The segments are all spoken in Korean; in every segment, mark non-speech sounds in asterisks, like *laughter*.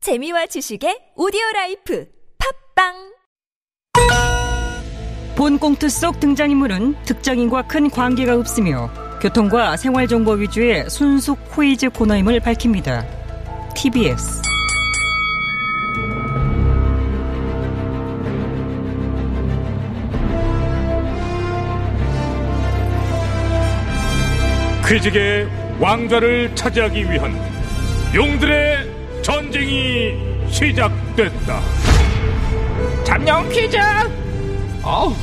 재미와 지식의 오디오 라이프 팝빵 본 꽁트 속 등장인물은 특정인과 큰 관계가 없으며 교통과 생활정보 위주의 순수 코이즈 코너임을 밝힙니다. TBS 퀴즈계 왕좌를 차지하기 위한 용들의 전쟁이 시작됐다. 잠룡 퀴즈. 아우.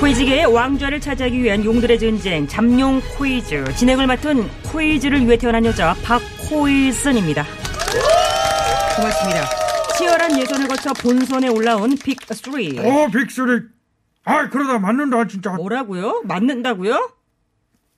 코이즈계의 왕좌를 차지하기 위한 용들의 전쟁 잠룡 코이즈 진행을 맡은 코이즈를 위해 태어난 여자 박코이슨입니다. 고맙습니다. 치열한 예선을 거쳐 본선에 올라온 빅3 네. 어, 빅소리. 아, 그러다 맞는다, 진짜. 뭐라고요? 맞는다고요?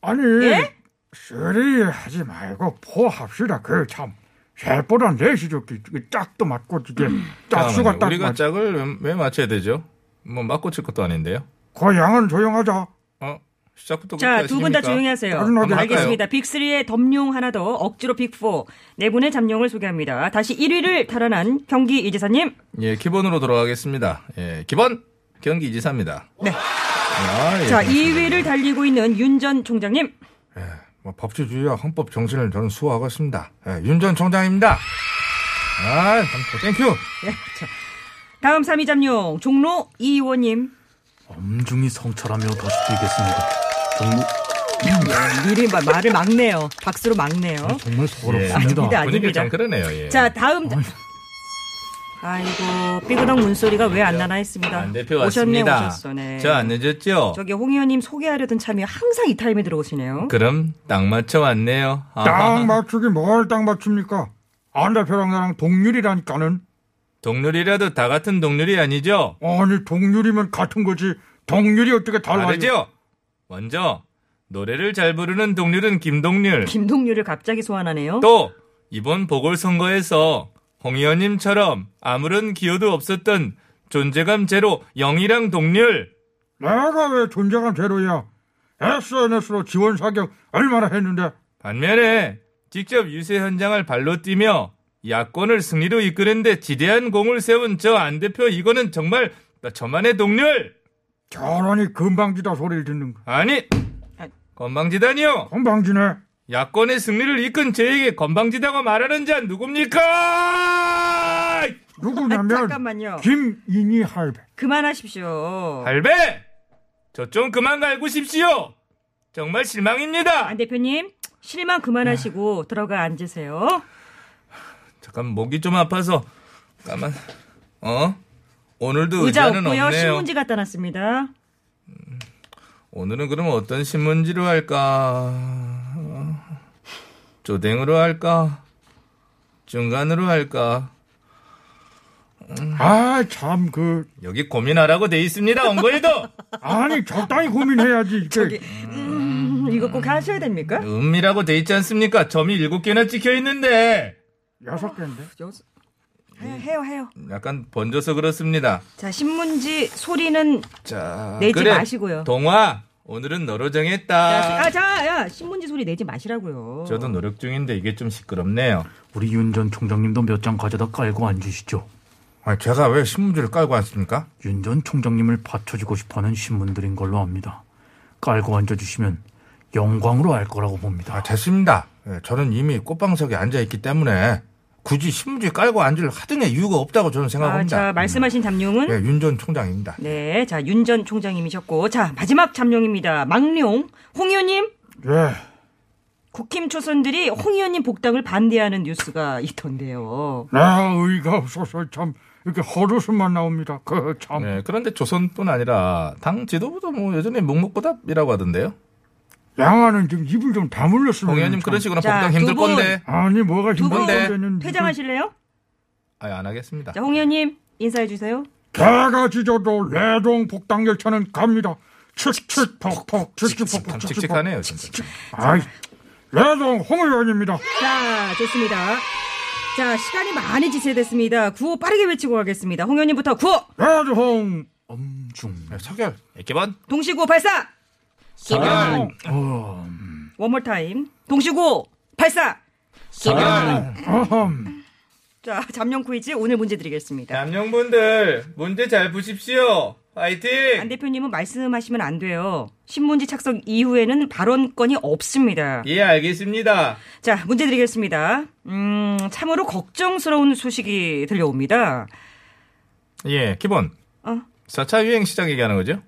아니, 예? 쓰리 하지 말고 포 합시다. 그 참. 셋보다 넷이 좋기. 그 짝도 맞고, 이게 짝수가 음, 잠깐만요. 딱 우리가 맞. 짝을 왜, 왜 맞춰야 되죠? 뭐 맞고 칠 것도 아닌데요. 고양은 조용하자. 어 시작부터 자, 그렇게 두 분 다 하십니까? 조용히 하세요. 다른 라디오 알겠습니다. 빅3의 덤룡 하나 더, 억지로 빅4, 네 분의 잠룡을 소개합니다. 다시 1위를 탈환한 경기 이지사님. 예 기본으로 돌아가겠습니다. 예 기본 경기 지사입니다. 네. 아, 예. 자, 2위를 달리고 있는 윤 전 총장님. 예, 뭐 법치주의와 헌법 정신을 저는 수호하고 있습니다. 예, 윤 전 총장입니다. 아, 땡큐. 예, 자, 다음 3위 잠룡, 종로 이 의원님. 엄중히 성찰하며 다시 뛰겠습니다. 정말, 미리 음, 마- 말을 막네요. 박수로 막네요. 정말 아, 서럽습니다. 아닙니다. 분위기 참 그러네요. 예. 자, 다음. 자- 아이고, 삐그덕 문소리가 왜 안 나나 했습니다. 아, 안 대표 오셨네, 왔습니다. 오셨어, 네. 저안 늦었죠? 저기 홍 의원님 소개하려던 참이 항상 이 타임에 들어오시네요. 그럼 딱 맞춰 왔네요. 딱 맞추기 뭘 딱 맞춥니까? 안 대표랑 나랑 동률이라니까는. 동률이라도 다 같은 동률이 아니죠? 아니, 동률이면 같은 거지. 동률이 어떻게 달라지? 다르죠? 먼저 노래를 잘 부르는 동률은 김동률. 김동률을 갑자기 소환하네요. 또 이번 보궐선거에서 홍 의원님처럼 아무런 기여도 없었던 존재감 제로 영이랑 동률. 내가 왜 존재감 제로야? SNS로 지원 사격 얼마나 했는데. 반면에 직접 유세 현장을 발로 뛰며 야권을 승리로 이끄는데 지대한 공을 세운 저 안 대표 이거는 정말 저만의 동률. 저러니 금방지다 소리를 듣는 거. 아니 건방지다니요. 건방지네. 야권의 승리를 이끈 제에게 건방지다고 말하는 자 누굽니까? 누구냐면 아, 잠깐만요. 김인희 할배. 그만하십시오. 할배! 어. 저 좀 그만 갈구십시오! 정말 실망입니다! 안 대표님 실망 그만하시고 들어가 앉으세요. 잠깐 목이 좀 아파서 가만 어? 오늘도 의자 의자는 없고요. 없네요 신문지 갖다 놨습니다. 오늘은 그럼 어떤 신문지로 할까? 조댕으로 할까? 중간으로 할까? 아, 참, 그, 여기 고민하라고 돼 있습니다 *laughs* 원고에도 아니, 적당히 고민해야지. 이게. 음, 예. 이거 꼭 하셔야 됩니까? 네. 음이라고 돼 있지 않습니까? 점이 일곱 개나 찍혀 있는데 여섯 개인데. 여기서- 아, 해요, 해요 해요. 약간 번져서 그렇습니다 자 신문지 소리는 자, 내지 마시고요. 동화, 오늘은 너로 정했다. 아자야 신문지 소리 내지 마시라고요. 아. 아, 저도 노력 중인데 이게 좀 시끄럽네요. 우리 윤 전 총장님도 몇 장 가져다 깔고 앉으시죠. 아니, 제가 왜 신문지를 깔고 왔습니까? 윤 전 총장님을 받쳐주고 싶어하는 신문들인 걸로 압니다. 깔고 앉아주시면 영광으로 알 거라고 봅니다. 아, 됐습니다. 예, 저는 이미 꽃방석에 앉아있기 때문에 굳이 신문지 깔고 앉을 하등의 이유가 없다고 저는 아, 생각합니다. 자 말씀하신 잠룡은 윤 전 총장입니다. 네, 자 윤 전 총장님이셨고 자 마지막 잠룡입니다. 망룡 홍 의원님 예. 국힘 초선들이 홍 의원님 복당을 반대하는 뉴스가 있던데요. 나 의가 없어서 참, 이렇게 헛웃음만 나옵니다. 그, 참. 예, 그런데 조선뿐 아니라 당 지도부도 뭐 여전히 묵묵부답이라고 하던데요. 양아는 지금 입을 좀 다물렸으면. 홍 의원님 참. 그런 식으로 자, 복당 두 힘들 분. 건데. 아니, 뭐가 두 분 네. 힘들었는데. 퇴장하실래요? 아예 안 하겠습니다. 자, 홍 의원님 인사해 주세요. 개가 지져도 레동 복당 열차는 갑니다. 칙칙 퍽퍽, 칙칙 퍽퍽, 참 칙칙 칙칙하네요, 진짜. 퍽. 아이, 레동 홍 의원입니다. 자, 좋습니다. 자, 시간이 많이 지체됐습니다. 구호 빠르게 외치고 가겠습니다. 홍 의원님부터 구호. 레동 엄중. 서결. 개번. 동시고 발사! 서결. 어, 음, 원몰 타임. 동시고 발사! 서결. 어흠. 자, 잠룡 퀴즈 오늘 문제 드리겠습니다. 남녀분들 문제 잘 보십시오. 안 파이팅. 대표님은 말씀하시면 안 돼요. 신문지 착석 이후에는 발언권이 없습니다. 예 알겠습니다. 자, 문제 드리겠습니다. 음, 참으로 걱정스러운 소식이 들려옵니다. 예 기본. 어? 4차 유행 시작 얘기하는 거죠?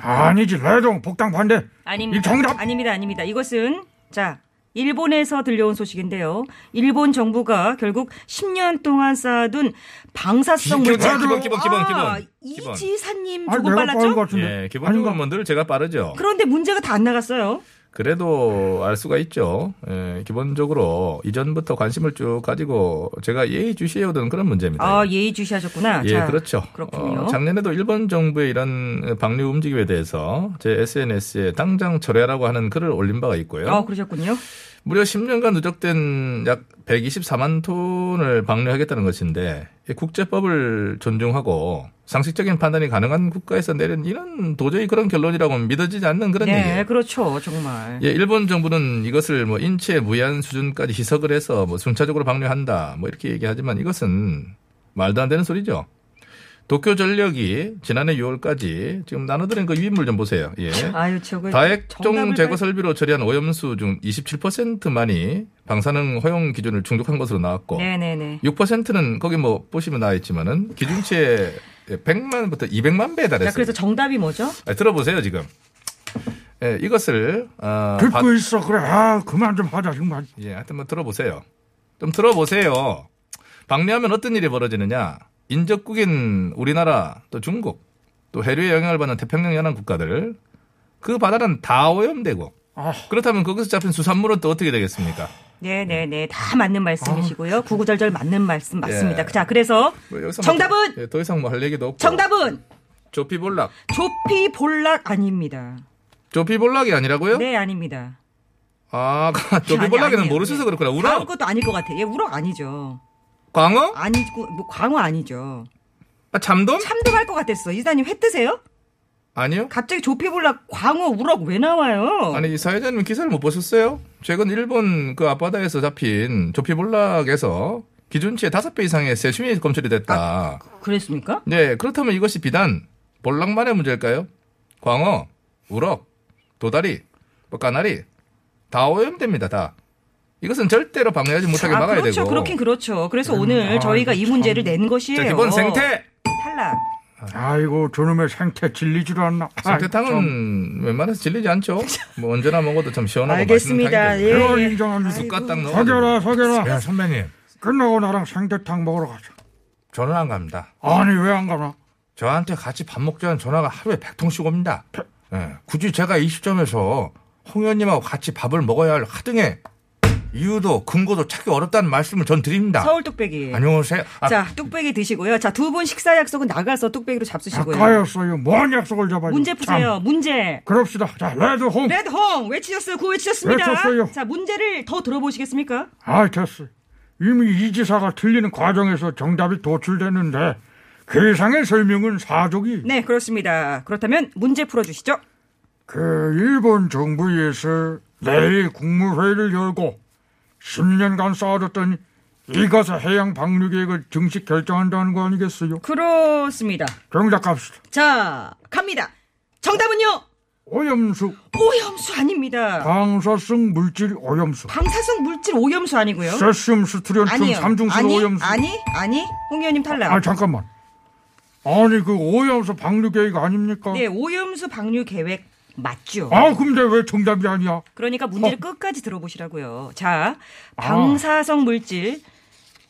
아니지 레동 복당 반대. 아닙니다. 이 정답. 아닙니다. 아닙니다. 이것은 자 일본에서 들려온 소식인데요. 일본 정부가 결국 10년 동안 쌓아둔 방사성 기본, 물질 기본, 기본, 기본, 아, 기본. 이지사님 아니 조금 내가 빠른 것 빨랐죠? 같은데. 예 아니, 기본적으로 분들 제가 빠르죠. 그런데 문제가 다 안 나갔어요. 그래도 알 수가 있죠. 예, 기본적으로 이전부터 관심을 쭉 가지고 제가 예의주시해오던 그런 문제입니다. 아 예의주시하셨구나. 네. 예, 자, 그렇죠. 그렇군요. 어, 작년에도 일본 정부의 이런 방류 움직임에 대해서 제 SNS에 당장 철회라고 하는 글을 올린 바가 있고요. 아 그러셨군요. 무려 10년간 누적된 약 124만 톤을 방류하겠다는 것인데 이 국제법을 존중하고 상식적인 판단이 가능한 국가에서 내린 이런 도저히 그런 결론이라고 믿어지지 않는 그런 네, 얘기예요. 그렇죠. 정말. 예, 일본 정부는 이것을 뭐 인체에 무해한 수준까지 희석을 해서 뭐 순차적으로 방류한다 뭐 이렇게 얘기하지만 이것은 말도 안 되는 소리죠. 도쿄 전력이 지난해 6월까지 지금 나눠드린 그 유인물 좀 보세요. 예. 아유 저거 다액종 정답을 제거 발- 설비로 처리한 오염수 중 27%만이 방사능 허용 기준을 충족한 것으로 나왔고 네네네. 6%는 거기 뭐 보시면 나와 있지만은 기준치의 100만부터 200만 배에 자 달했어요. 그래서 정답이 뭐죠? 아, 들어보세요 지금. 예, 이것을 어, 듣고 바- 있어 그래. 아 그만 좀 하자 정말. 예, 하여튼 뭐 들어보세요. 좀 들어보세요. 방류하면 어떤 일이 벌어지느냐? 인접국인 우리나라 또 중국 또 해류에 영향을 받는 태평양 연안 국가들 그 바다는 다 오염되고 아. 그렇다면 거기서 잡힌 수산물은 또 어떻게 되겠습니까? 네네네 다 맞는 말씀이시고요. 구구절절 맞는 말씀 맞습니다. 아. 예. 자 그래서 뭐 여기서 뭐 정답은 더- 예, 더 이상 뭐 할 얘기도 없고 정답은 조피볼락 조피 볼락 아닙니다. 조피볼락이 아니라고요? 네, 아닙니다. 아 *laughs* 아니, 조피볼락에는 아니에요. 모르셔서 그렇구나 다음 우럭 것도 아닐 것 같아. 예, 우럭 아니죠. 광어 아니고 뭐 광어 아니죠. 아, 참돔 참돔할 것 같았어. 이사님 회 뜨세요? 아니요 갑자기 조피볼락 광어 우럭 왜 나와요? 아니 이 사회자님 기사를 못 보셨어요? 최근 일본 그 앞바다에서 잡힌 조피볼락에서 기준치의 5배 이상의 세슘이 검출이 아, 됐다. 그랬습니까? 네, 그렇다면 이것이 비단 볼락만의 문제일까요? 광어, 우럭, 도다리, 뭐 까나리 다 오염됩니다. 다. 이것은 절대로 방해하지 못하게 아, 막아야 그렇죠. 되고. 음, 아, 그렇긴 그렇죠. 그래서 오늘 저희가 이 문제를 낸 것이에요. 자, 기본 생태. 탈락. 아이고 저놈의 생태 질리지도 않나. 아, 참. 생태탕은 웬만해서 질리지 않죠. 뭐 언제나 먹어도 참 시원하고 알겠습니다. 맛있는 예. 이거 인정합니다. 쑥갓 딱 넣어. 서결아 서결아 야 선배님 끝나고 나랑 생태탕 먹으러 가자. 전화안 갑니다. 아니 왜 안 가나? 저한테 같이 밥 먹자는 전화가 하루에 100통씩 옵니다. 예, 굳이 제가 이 시점에서 홍 의원님하고 같이 밥을 먹어야 할 하등의 이유도 근거도 찾기 어렵다는 말씀을 전 드립니다. 서울 뚝배기. 안녕하세요. 아, 자, 뚝배기 드시고요. 자, 두 분 식사 약속은 나가서 뚝배기로 잡수시고요. 아까였어요. 뭔 약속을 잡아요? 문제 푸세요. 네. 문제. 그럽시다. 자 레드홈. 레드홍 외치셨어요. 구호 외치셨습니다. 외쳤어요. 자 문제를 더 들어보시겠습니까? 아 됐어. 이미 이 지사가 틀리는 과정에서 정답이 도출됐는데 그 이상의 설명은 사족이. 네 그렇습니다. 그렇다면 문제 풀어주시죠. 그 일본 정부에서 내일 국무회의를 열고 10년간 쌓아뒀던 이가사 해양 방류 계획을 정식 결정한다는 거 아니겠어요? 그렇습니다. 정답 갑시다. 자 갑니다. 정답은요 오염수, 오염수 아닙니다. 방사성 물질 오염수, 방사성 물질 오염수 아니고요. 세슘, 스트론튬, 아니요. 삼중수 아니 오염수. 아니 아니 홍 의원님 탈락. 아 잠깐만. 아니 그 오염수 방류 계획 아닙니까? 네 오염수 방류 계획 맞죠. 아 근데 왜 정답이 아니야? 그러니까 어. 문제를 끝까지 들어보시라고요. 자 아. 방사성 물질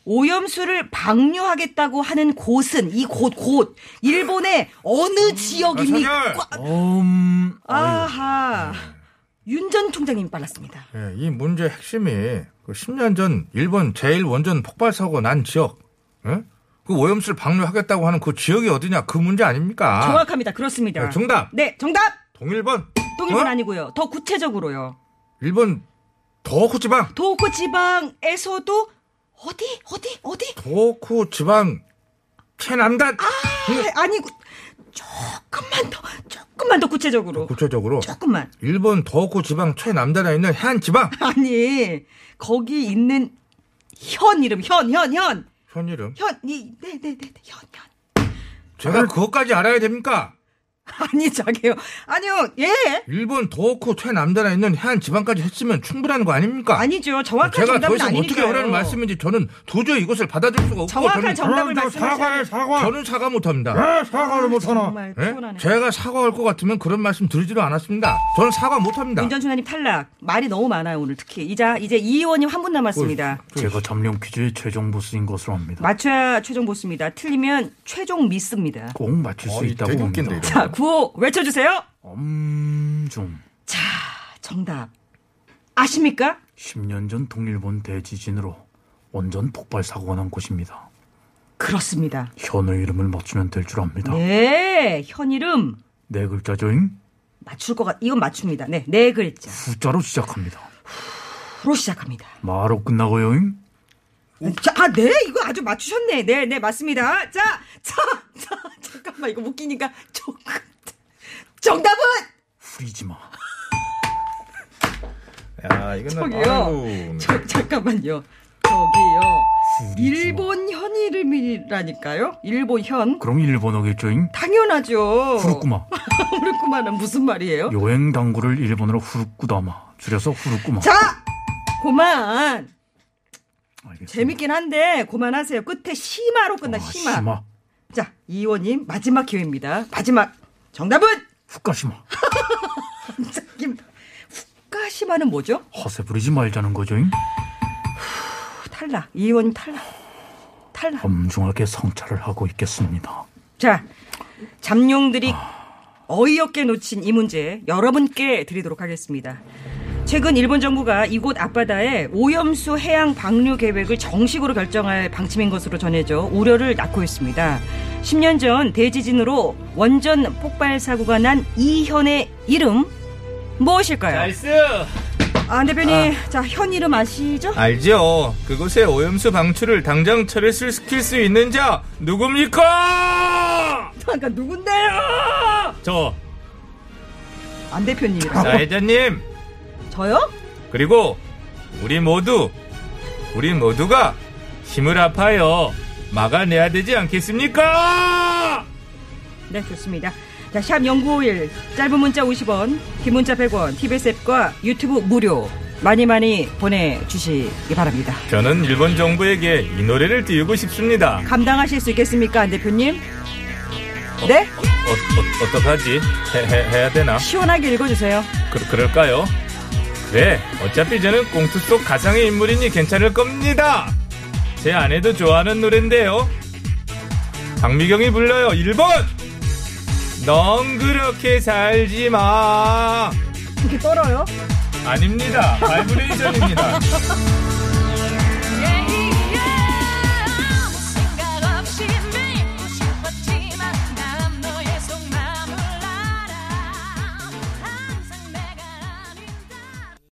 오염수를 방류하겠다고 하는 곳은 이 곳 곳 일본의 어느 아, 지역입니까? 음, 아하. 네. 윤 전 총장님 빨랐습니다. 예, 이 문제 의 핵심이 그 10년 전 일본 제1원전 폭발 사고 난 지역, 예? 그 오염수를 방류하겠다고 하는 그 지역이 어디냐 그 문제 아닙니까? 정확합니다. 그렇습니다. 예, 정답 네, 정답! 동일본. 동일본 어? 아니고요. 더 구체적으로요. 일본 도호쿠지방 도호쿠 지방에서도 어디 어디 어디 도호쿠지방 최남단 네. 아, 아니고 조금만 더, 조금만 더 구체적으로. 구체적으로 조금만. 일본 도호쿠 지방 최남단에 있는 해안 지방 아니, 거기 있는 현 이름, 현, 현, 현. 현 이름 현, 이, 네, 네, 네, 네, 현, 현. *laughs* 제가 네. 그것까지 알아야 됩니까? 아니, 저게요. 아니요, 예. 일본 도호쿠 최남단에 있는 해안 지방까지 했으면 충분한 거 아닙니까? 아니죠. 정확한 제가 더 정답은 이상 아니니까요. 어떻게 하라는 말씀인지 저는 도저히 이것을 받아줄 수가 없고 정확한 저는, 정- 정답을 네, 그럼 저 사과해 사과. 저는 사과 못합니다. 왜 사과를 못하나? 정말 예? 피곤하네. 제가 사과할 것 같으면 그런 말씀 드리지도 않았습니다. 저는 사과 못합니다. 운전순환님 탈락. 말이 너무 많아요, 오늘 특히. 이자, 이제 이 의원님 한 분 남았습니다. 제가 점령 퀴즈의 최종 보스인 것으로 압니다. 맞춰야 최종 보스입니다. 틀리면 최종 미스입니다. 꼭 맞출 수 어, 이 있다고 되게 웃긴데, 봅니다. 자, 구호 외쳐주세요. 엄중. 자, 정답. 아십니까? 10년 전 동일본 대지진으로 원전 폭발 사고가 난 곳입니다. 그렇습니다. 현의 이름을 맞추면 될 줄 압니다. 네, 네, 현 이름 글자죠잉? 맞출 것 같, 이건 맞춥니다. 네, 네 글자. 후자로 시작합니다. 로 시작합니다. 마로 끝나고요잉? 자, 아, 네, 이거 아주 맞추셨네. 네, 네, 맞습니다. 자, 자, 자, 잠깐만, 이거 웃기니까 조금. 정답은! 후리지마. 야, 이건 네. 저기요. 저, 잠깐만요. 저기요. 일본 현 이름이라니까요? 일본 현? 그럼 일본어겠죠잉? 당연하죠. *laughs* 후루꾸마. 후루꾸마는 무슨 말이에요? 여행 당구를 일본어로 후루꾸다마. 줄여서 후루꾸마. 자! 고만! 알겠습니다. 재밌긴 한데, 고만하세요. 끝에 심화로 끝나, 아, 심화. 심화. 자, 이원님, 마지막 기회입니다. 마지막. 정답은! 후카시마. 김, 후카시마는 뭐죠? 허세 부리지 말자는 거죠잉? 탈락. 이원님 탈락. 탈락. 엄중하게 성찰을 하고 있겠습니다. 자, 잠룡들이 어이없게 놓친 이 문제 여러분께 드리도록 하겠습니다. 최근 일본 정부가 이곳 앞바다에 오염수 해양 방류 계획을 정식으로 결정할 방침인 것으로 전해져 우려를 낳고 있습니다. 10년 전 대지진으로 원전 폭발 사고가 난 이현의 이름 무엇일까요? 아, 대표님, 자, 현 이름 아시죠? *laughs* 알죠. 그곳에 오염수 방출을 당장 처리를 시킬 수 있는 자 누굽니까? 아까 누군데요? 저 안 대표님이라고. 자, 회장님. 저요? 그리고 우리 모두 우리 모두가 힘을 합하여 막아내야 되지 않겠습니까? 네, 좋습니다. 자, 샵 0951, 짧은 문자 50원, 긴 문자 100원, TBS 앱과 유튜브 무료. 많이 많이 보내주시기 바랍니다. 저는 일본 정부에게 이 노래를 띄우고 싶습니다. 감당하실 수 있겠습니까, 안 대표님? 네? 어, 어, 어떡하지? 해, 해, 해야 되나? 시원하게 읽어주세요. 그, 그럴까요? 그래, 어차피 저는 공투 속 가상의 인물이니 괜찮을 겁니다. 제 아내도 좋아하는 노래인데요. 박미경이 불러요. 1번! 넌 그렇게 살지 마. 이렇게 떨어요? 아닙니다. 바이브레이션입니다.